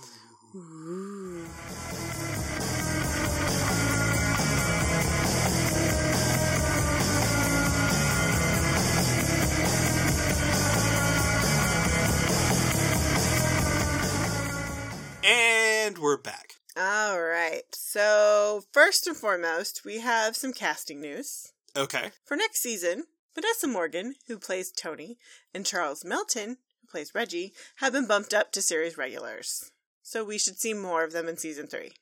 And we're back.
All right. So first and foremost, we have some casting news.
Okay.
For next season, Vanessa Morgan, who plays Tony, and Charles Melton, who plays Reggie, have been bumped up to series regulars. So we should see more of them in season three.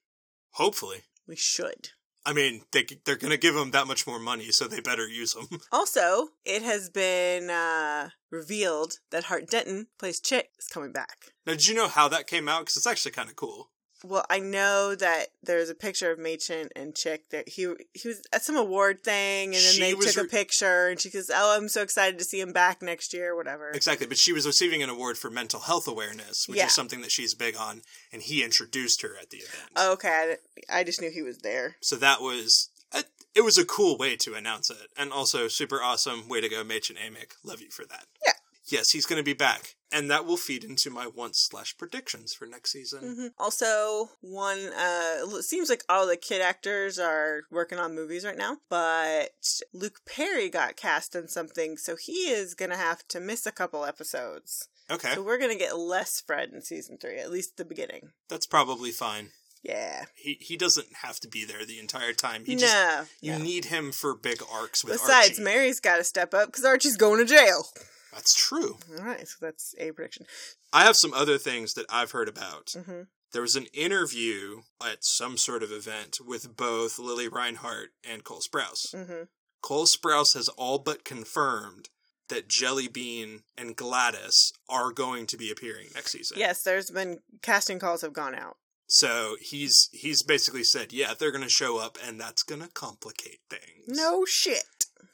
Hopefully.
We should.
I mean, they, they're going to give him that much more money, so they better use him.
Also, it has been uh, revealed that Hart Denton plays Chick is coming back.
<laughs> now, did you know how that came out? Because it's actually kind of cool.
Well, I know that there's a picture of Machen and Chick that he he was at some award thing, and then
She
they
was
took a
re-
picture, and she goes, "Oh, I'm so excited to see him back next year, whatever."
Exactly. But she was receiving an award for mental health awareness, which
Yeah.
is something that she's big on, and he introduced her at the event.
Oh, Okay, I di- I just knew he was there.
so that was. It, it was a cool way to announce it, and also super awesome way to go, Mach and Amick. Love you for that.
Yeah.
Yes, he's going to be back, and that will feed into my wants slash predictions for next season.
Mhm. Also, one uh it seems like all the kid actors are working on movies right now, but Luke Perry got cast in something, so he is going to have to miss a couple episodes.
Okay,
Mm. So we're going to get less Fred in season 3, at least the beginning.
that's probably fine.
Yeah.
He he doesn't have to be there the entire time. He
no.
just you
no.
need him for big arcs with
Besides,
Archie.
Mary's got to step up cuz Archie's going to jail.
That's true.
All right, so that's a prediction.
I have some other things that I've heard about.
Mhm.
There was an interview at some sort of event with both Lily Reinhart and Cole Sprouse.
Mhm.
Cole Sprouse has all but confirmed that Jelly Bean and Gladys are going to be appearing next season.
Yes, there's been casting calls have gone out.
So he's he's basically said, yeah, they're going to show up, and that's going to complicate things.
No shit.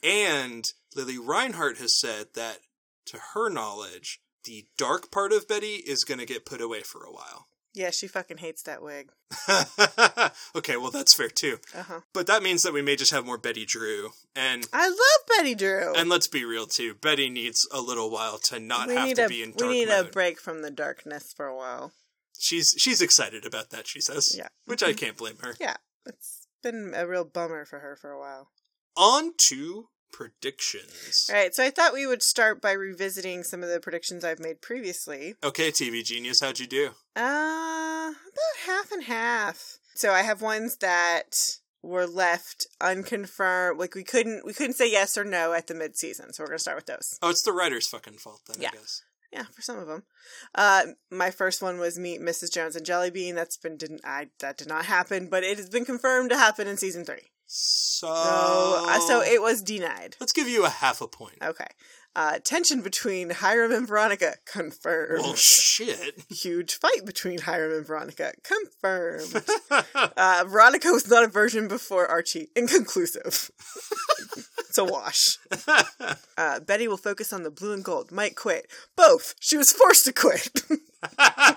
And Lily Reinhart has said that, to her knowledge, the dark part of Betty is going to get put away for a while. <laughs>
Yeah, she fucking hates that wig.
okay, well that's fair too.
Uh-huh.
But that means that we may just have more Betty Drew, and
I love Betty Drew.
and let's be real too. Betty needs a little while to not have to
a,
be in
Oh. we
dark
need
mode.
a break from the darkness for a while.
She's she's excited about that. She says,
Yeah. Mm-hmm.
which I can't blame her.
Yeah, it's been a real bummer for her for a while.
On to predictions.
All right, so I thought we would start by revisiting some of the predictions I've made previously.
Okay, TV genius, how'd you do?
Uh, about half and half. So I have ones that were left unconfirmed, like we couldn't we couldn't say yes or no at the midseason. So we're gonna start with those.
Oh, it's the writer's fucking fault then.
Yeah.
I guess.
Yeah, for some of them. Uh, my first one was meet Mrs. Jones and Jellybean. That's been didn't I that did not happen, but it has been confirmed to happen in season three.
So,
So, uh,
Oh.
so it was denied.
let's give you a half a point.
Okay. Uh, tension between Hiram and Veronica confirmed.
Well, shit.
Huge fight between Hiram and Veronica confirmed. uh, Veronica was not a virgin before Archie. Inconclusive. It's a wash. Uh, Betty will focus on the blue and gold. Might quit. Both. She was forced to quit. <laughs>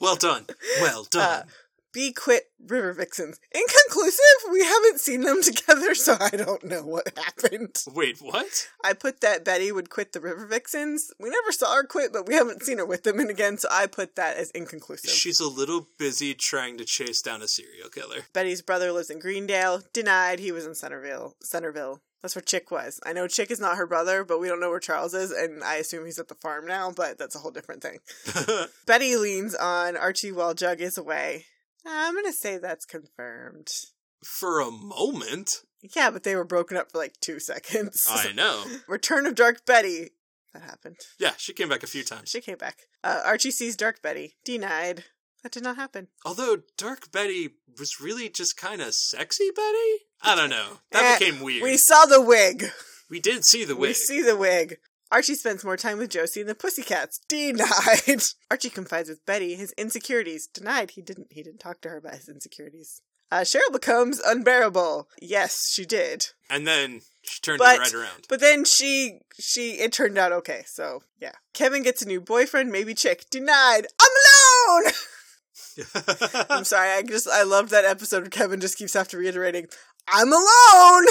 well done.
<laughs> Uh,
Well done.
B quit River Vixens. Inconclusive? We haven't seen them together, so I don't know what happened.
Wait, what?
I put that Betty would quit the River Vixens. We never saw her quit, but we haven't seen her with them in again, so I put that as inconclusive.
She's a little busy trying to chase down a serial killer. <laughs>
Betty's brother lives in Greendale. Denied he was in Centerville. Centerville. That's where Chick was. I know Chick is not her brother, but we don't know where Charles is, and I assume he's at the farm now, but that's a whole different thing. Betty leans on Archie while Jug is away. I'm going to say that's confirmed.
For a moment.
<laughs> Yeah, but they were broken up for like two seconds.
I know.
<laughs> Return of Dark Betty. That happened.
Yeah, she came back a few times.
She came back. Uh, Archie sees Dark Betty. Denied. That did not happen.
Although Dark Betty was really just kind of sexy Betty? I don't know. That
Eh,
became weird.
We
We,
saw the wig.
did see the
We
wig.
see the wig. Archie spends more time with Josie and the Pussycats. Denied. <laughs> Archie confides with Betty his insecurities. Denied. He didn't. He didn't talk to her about his insecurities. Uh, Cheryl becomes unbearable. Yes, she did.
and then she turned
But-
it right around. <laughs>
But then she she it turned out okay. So yeah, Kevin gets a new boyfriend. Maybe chick. Denied. I'm alone. <laughs> I'm sorry. I just I loved that episode where Kevin just keeps after reiterating, "I'm alone."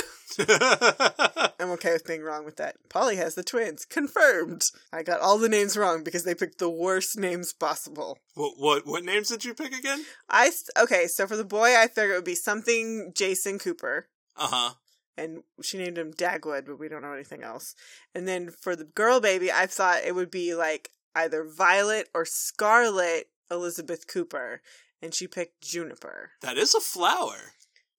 I'm okay with being wrong with that. Polly has the twins. Confirmed. I got all the names wrong because they picked the worst names possible.
what what what names did you pick again?
I s- okay. So for the boy, I figured it would be something Jason Cooper,
Uh-huh.
and she named him Dagwood, but we don't know anything else. And then for the girl baby, I thought it would be like either Violet or Scarlet Elizabeth Cooper, and she picked Juniper.
That is a flower.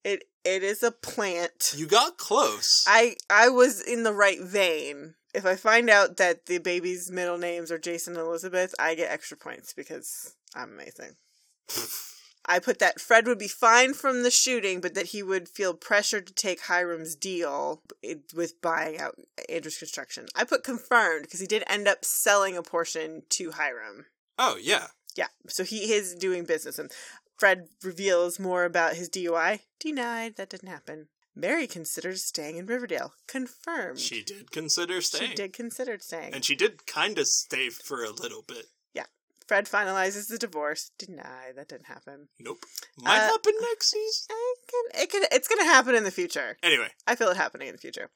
It it is a plant.
You got close.
I I was in the right vein. If I find out that the baby's middle names are Jason and Elizabeth, I get extra points because I'm amazing. I put that Fred would be fine from the shooting, but that he would feel pressured to take Hiram's deal it- with buying out Andrew's construction. I put confirmed because he did end up selling a portion to Hiram.
oh yeah.
Yeah, so he is doing business, and Fred reveals more about his DUI. Denied, that didn't happen. Mary considers staying in Riverdale. Confirmed.
She did consider
Mm. She
staying.
did consider staying.
And she did kind of stay for a little bit.
Fred finalizes the divorce. Denied, that didn't happen.
Nope. Might
Uh,
happen next season.
It can, it can, it's going to happen in the future.
Anyway,
I feel it happening in the future.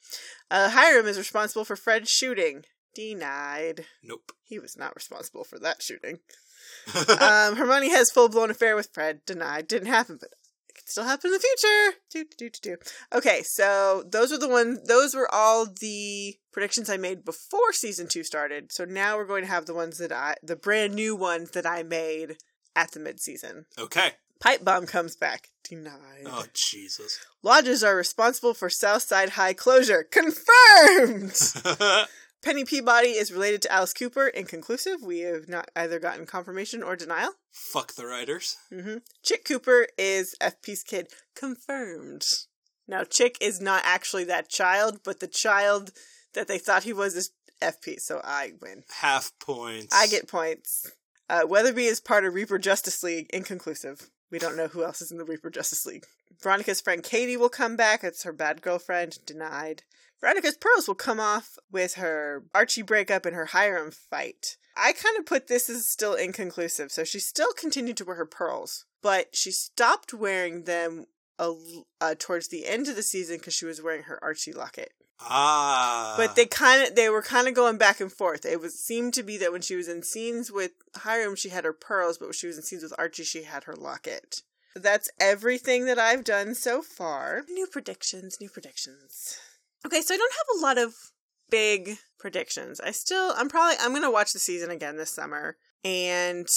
Uh, Hiram is responsible for Fred's shooting. Denied.
nope.
He was not responsible for that shooting. um, Hermione has full blown affair with Fred. Denied. Didn't happen, but it could still happen in the future. Do, do, do, do, do. Okay, so those are the ones, those were all the predictions I made before season two started. So now we're going to have the ones that I, the brand new ones that I made at the mid season.
okay.
Pipe Bomb comes back. Denied.
Oh Jesus. <laughs>
Lodges are responsible for Southside High closure. Confirmed! Penny Peabody is related to Alice Cooper. Inconclusive. We have not either gotten confirmation or denial.
Fuck the writers.
hmm Chick Cooper is FP's kid. Confirmed. Now, Chick is not actually that child, but the child that they thought he was is FP, so I win.
Half points.
I get points. Uh, Weatherby is part of Reaper Justice League. Inconclusive. We don't know who else is in the Reaper Justice League. Veronica's friend Katie will come back. It's her bad girlfriend. Denied. Veronica's pearls will come off with her Archie breakup and her Hiram fight. I kind of put this as still inconclusive. So she still continued to wear her pearls, but she stopped wearing them a l uh, towards the end of the season because she was wearing her Archie locket
Ah.
but they kind of they were kind of going back and forth. It was seemed to be that when she was in scenes with Hiram, she had her pearls, but when she was in scenes with Archie, she had her locket. That's everything that I've done so far. New predictions, new predictions. Okay, so I don't have a lot of big predictions. I still I'm probably I'm going to watch the season again this summer and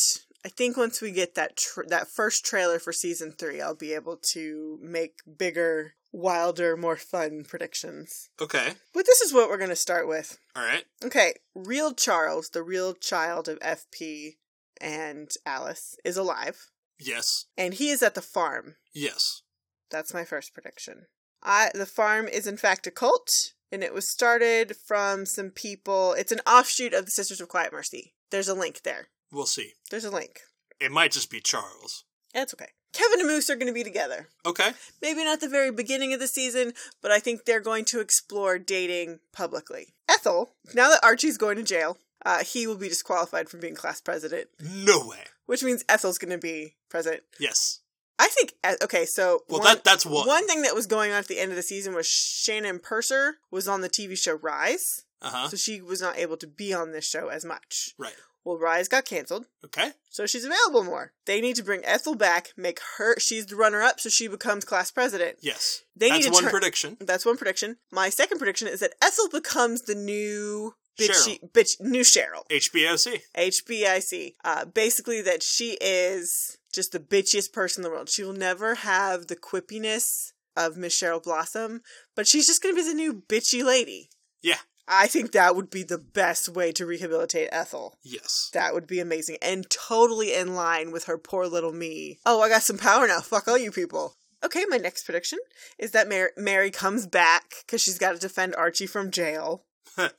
I think once we get that tr- that first trailer for season 3, I'll be able to make bigger, wilder, more fun predictions.
Okay.
But this is what we're going to start with.
All right.
Okay, real Charles, the real child of FP and Alice, is alive,
Yes.
and he is at the farm.
Yes.
That's my first prediction. I, the farm is in fact a cult, and it was started from some people. It's an offshoot of the Sisters of Quiet Mercy. There's a link there.
We'll see.
There's a link.
It might just be Charles.
That's okay. Kevin and Moose are going to be together.
Okay.
Maybe not the very beginning of the season, but I think they're going to explore dating publicly. Ethel, now that Archie's going to jail, uh, he will be disqualified from being class president,
No way.
which means Ethel's going to be president.
Yes.
I think, Eth- okay, so
Well,
one,
that that's one.
one thing that was going on at the end of the season was Shannon Purser was on the TV show Rise,
Uh huh.
so she was not able to be on this show as much.
Right.
Well, Rise got canceled.
Okay.
So she's available more. They need to bring Ethel back, make her she's the runner up so she becomes class president.
Yes.
They need
that's
to
one
turn-
prediction.
That's one prediction. My second prediction is that Ethel becomes the new bitchy
Cheryl.
bitch new Cheryl.
HBOC.
HBIC. Uh basically that she is just the bitchiest person in the world. She will never have the quippiness of Miss Cheryl Blossom, but she's just gonna be the new bitchy lady.
Yeah.
I think that would be the best way to rehabilitate Ethel.
Yes. <laughs>
That would be amazing and totally in line with her poor little me. Oh, I got some power now. Fuck all you people. Okay, my next prediction is that Mar- Mary comes back because she's got to defend Archie from jail.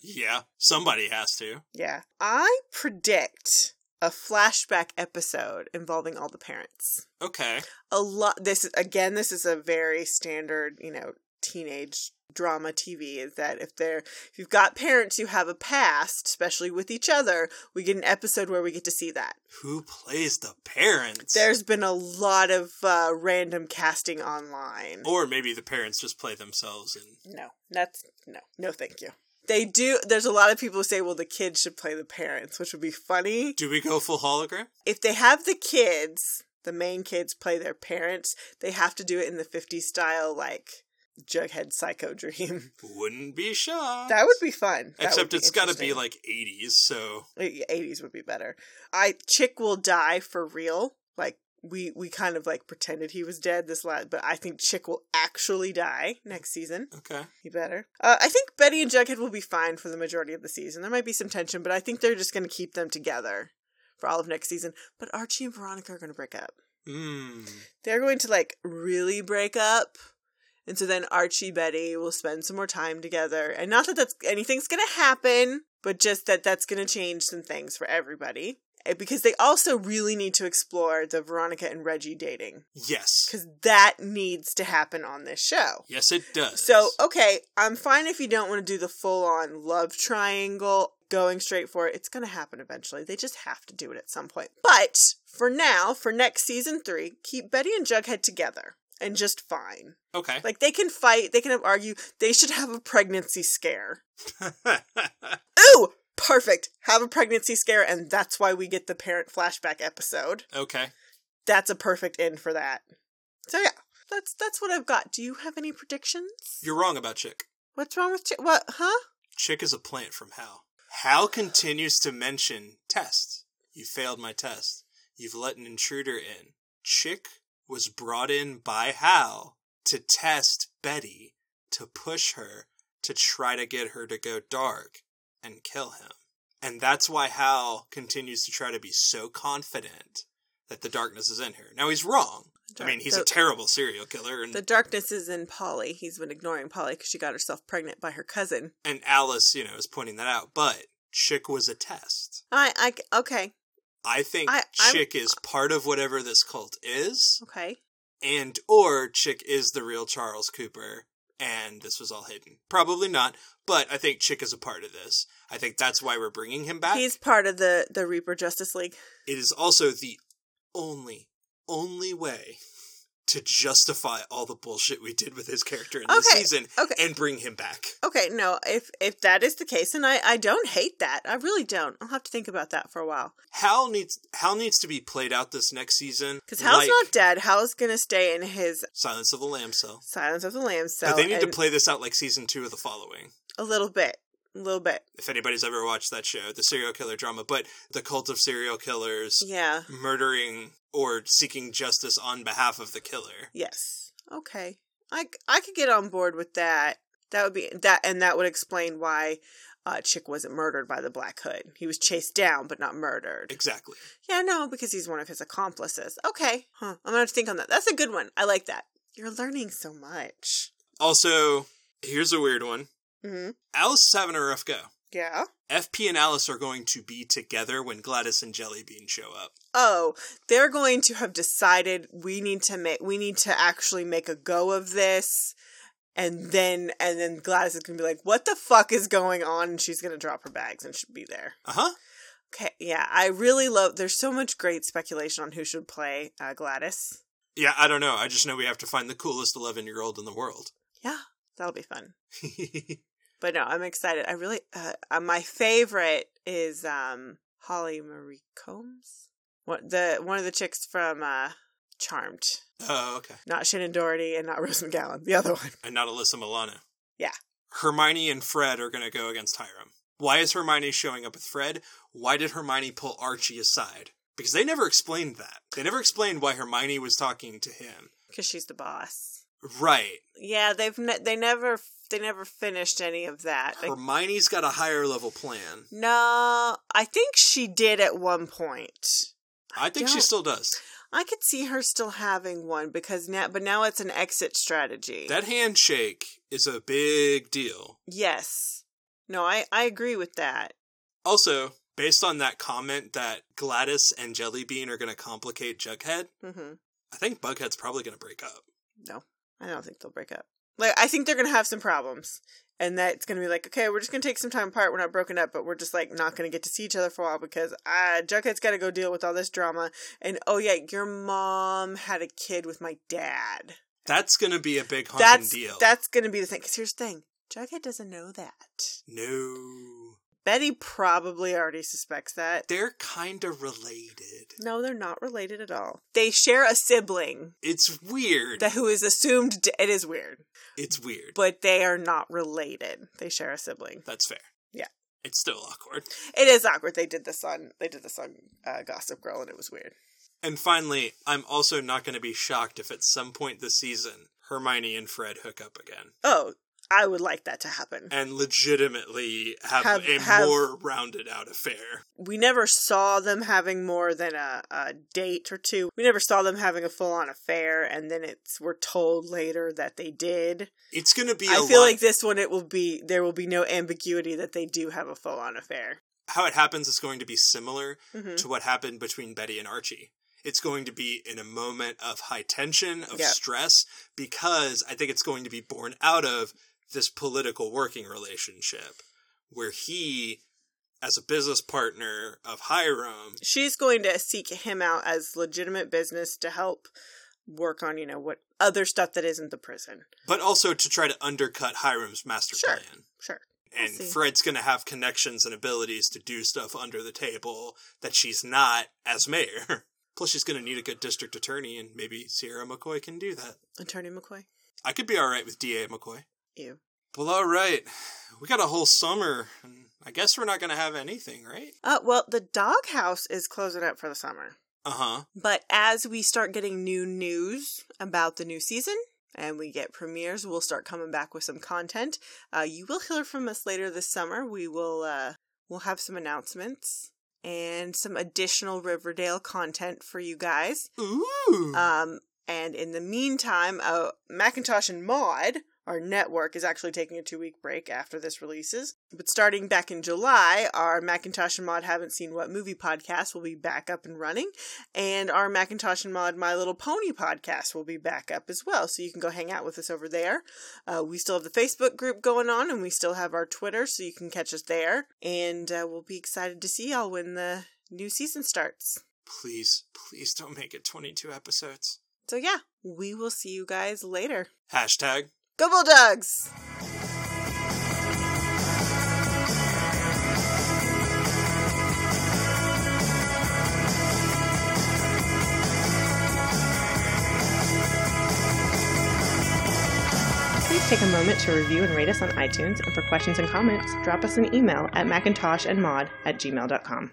yeah. Somebody has to.
Yeah. I predict a flashback episode involving all the parents.
Okay.
A lot, this is, again, this is a very standard, you know, teenage drama TV is that if they're if you've got parents who have a past, especially with each other, we get an episode where we get to see that.
Who plays the parents?
There's been a lot of uh, random casting online.
or maybe the parents just play themselves and
No, that's no, no, thank you. They do. There's a lot of people who say, well, the kids should play the parents, which would be funny
do we go full hologram?
if they have the kids. The main kids play their parents. They have to do it in the 50s style, like Jughead Psycho Dream. <laughs>
Wouldn't be shocked.
That would be fun. That would
Except it's got to be
interesting.
like 80s, so
Uh, 80s would be better. I chick will die for real. Like we we kind of like pretended he was dead this last, but I think chick will actually die next season.
okay.
He better. Uh, I think Betty and Jughead will be fine for the majority of the season. There might be some tension, but I think they're just going to keep them together for all of next season. But Archie and Veronica are going to break up.
Mm.
They're going to like really break up. And so then Archie Betty will spend some more time together. And not that that's anything's going to happen, but just that that's going to change some things for everybody. Eh, Because they also really need to explore the Veronica and Reggie dating
Yes.
because that needs to happen on this show.
Yes, it does.
So, okay, I'm fine if you don't want to do the full on love triangle going straight for it. It's going to happen eventually. They just have to do it at some point. But for now, for next season three, keep Betty and Jughead together and just fine.
okay.
Like, they can fight, they can have argue, they should have a pregnancy scare. Ooh! Perfect. Have a pregnancy scare, and that's why we get the parent flashback episode.
<laughs> okay.
That's a perfect end for that. So yeah, that's that's what I've got. Do you have any predictions?
You're wrong about Chick.
What's wrong with Ch- what? Huh?
Chick is a plant from Hal. Hal continues to mention tests. You failed my test. You've let an intruder in. Chick was brought in by Hal to test Betty, to push her, to try to get her to go dark and kill him. And that's why Hal continues to try to be so confident that the darkness is in her. Now he's wrong. I mean, he's a
The-
terrible serial killer, and
The darkness is in Polly. He's been ignoring Polly because she got herself pregnant by her cousin.
and Alice, you know, is pointing that out. But Chick was a test.
I, I, c- okay,
I think
I- I'm-
Chick is part of whatever this cult is,
okay.
and or Chick is the real Charles Cooper, and this was all hidden. Probably not, but I think Chick is a part of this. I think that's why we're bringing him back.
He's part of the the Reaper Justice League.
It is also the only, only way to justify all the bullshit we did with his character in this
Okay,
season
okay.
and bring him back.
Okay, no, if if that is the case, and I I don't hate that. I really don't. I'll have to think about that for a while
Hal needs Hal needs to be played out this next season.
because Hal's
like
not dead. Hal's gonna stay in his
Silence of the Lamb cell.
Silence of the Lambs
But
cell.
they need to
and
play this out like season two of the following.
a little bit, a little bit.
if anybody's ever watched that show, the serial killer drama, but the cult of serial killers
Yeah.
murdering or seeking justice on behalf of the killer.
Yes. Okay. I I could get on board with that. That would be that, and that would explain why uh, Chick wasn't murdered by the Black Hood. He was chased down, but not murdered.
Exactly.
Yeah, no, because he's one of his accomplices. Okay. Huh. I'm gonna have to think on that. That's a good one. I like that. You're learning so much.
Also, here's a weird one.
hmm
Alice is having a rough go.
Yeah.
FP and Alice are going to be together when Gladys and Jellybean show up.
Oh, they're going to have decided we need to make we need to actually make a go of this. And then and then Gladys is going to be like, "What the fuck is going on?" and she's going to drop her bags and should be there.
Uh huh.
Okay, yeah, I really love there's so much great speculation on who should play uh, Gladys.
Yeah, I don't know. I just know we have to find the coolest 11 year old in the world. <laughs>
Yeah, that'll be fun. But no, I'm excited. I really uh, uh, my favorite is um Holly Marie Combs. One the one of the chicks from uh Charmed.
oh, okay.
Not Shannon Doherty and not <laughs> Rose McGowan, the other one.
And not Alyssa Milano.
Yeah.
Hermione and Fred are going to go against Hiram. Why is Hermione showing up with Fred? Why did Hermione pull Archie aside? Because they never explained that. They never explained why Hermione was talking to him.
Because she's the boss.
Right.
Yeah, they've ne- they never they never finished any of that. Like,
Hermione's got a higher level plan.
no, I think she did at one point.
I think she
don't-
still does.
I could see her still having one because now, but now it's an exit strategy.
That handshake is a big deal.
yes. No, I I agree with that.
Also, based on that comment that Gladys and Jellybean are going to complicate Jughead,
Mm-hmm.
I think Bughead's probably going to break up.
I don't think they'll break up. Like I think they're gonna have some problems, and that's gonna be like, okay, we're just gonna take some time apart. We're not broken up, but we're just like not gonna get to see each other for a while because uh, Jughead's got to go deal with all this drama. And oh yeah, your mom had a kid with my dad.
That's going to be a big haunting
That's
deal.
that's gonna be the thing. Because here's the thing, Jughead doesn't know that.
no.
Betty probably already suspects that.
They're kind of related.
No, they're not related at all. They share a sibling
It's weird.
that who is assumed. d it is weird,
it's weird.
but they are not related. They share a sibling.
That's fair.
Yeah.
It's still awkward.
It is awkward. They did this on they did this on uh, Gossip Girl, and it was weird.
And finally, I'm also not going to be shocked if at some point this season Hermione and Fred hook up again
Oh, I would like that to happen.
and legitimately have,
Have-
a
have-
more rounded out affair.
We never saw them having more than a, a date or two. We never saw them having a full on affair, and then it's we're told later that they did.
It's going to be. I
I feel like this one, it will be there will be no ambiguity that they do have a full on affair.
how it happens is going to be similar
hmm
to what happened between Betty and Archie. It's going to be in a moment of high tension, of
Yep.
stress, because I think it's going to be born out of this political working relationship where he, as a business partner of Hiram,
She's going to seek him out as legitimate business to help work on you know what other stuff that isn't the prison.
but also to try to undercut Hiram's master
Sure.
plan.
Sure.
And
see.
Fred's going to have connections and abilities to do stuff under the table that she's not as mayor. <laughs> Plus, she's going to need a good district attorney, and maybe Sierra McCoy can do that.
Attorney McCoy.
I could be all right with DA McCoy.
Ew.
Well, all right. We got a whole summer, and I guess we're not going to have anything, right?
Uh, well, the doghouse is closing up for the summer.
Uh huh.
But as we start getting new news about the new season and we get premieres, we'll start coming back with some content. Uh, you will hear from us later this summer. We will uh, we'll have some announcements and some additional Riverdale content for you guys.
Ooh.
Um, and in the meantime, uh, Macintosh and Maud, our network, is actually taking a two week break after this releases. But starting back in July, our Macintosh and Maud Haven't Seen What Movie podcast will be back up and running. And our Macintosh and Maud My Little Pony podcast will be back up as well. So you can go hang out with us over there. Uh, we still have the Facebook group going on, and we still have our Twitter, so you can catch us there. And uh, we'll be excited to see y'all when the new season starts.
please, please don't make it 22 episodes.
So yeah, we will see you guys later.
Hashtag
Go Bulldogs!
Please take a moment to review and rate us on iTunes, and for questions and comments, drop us an email at macintoshandmod at gmail.com.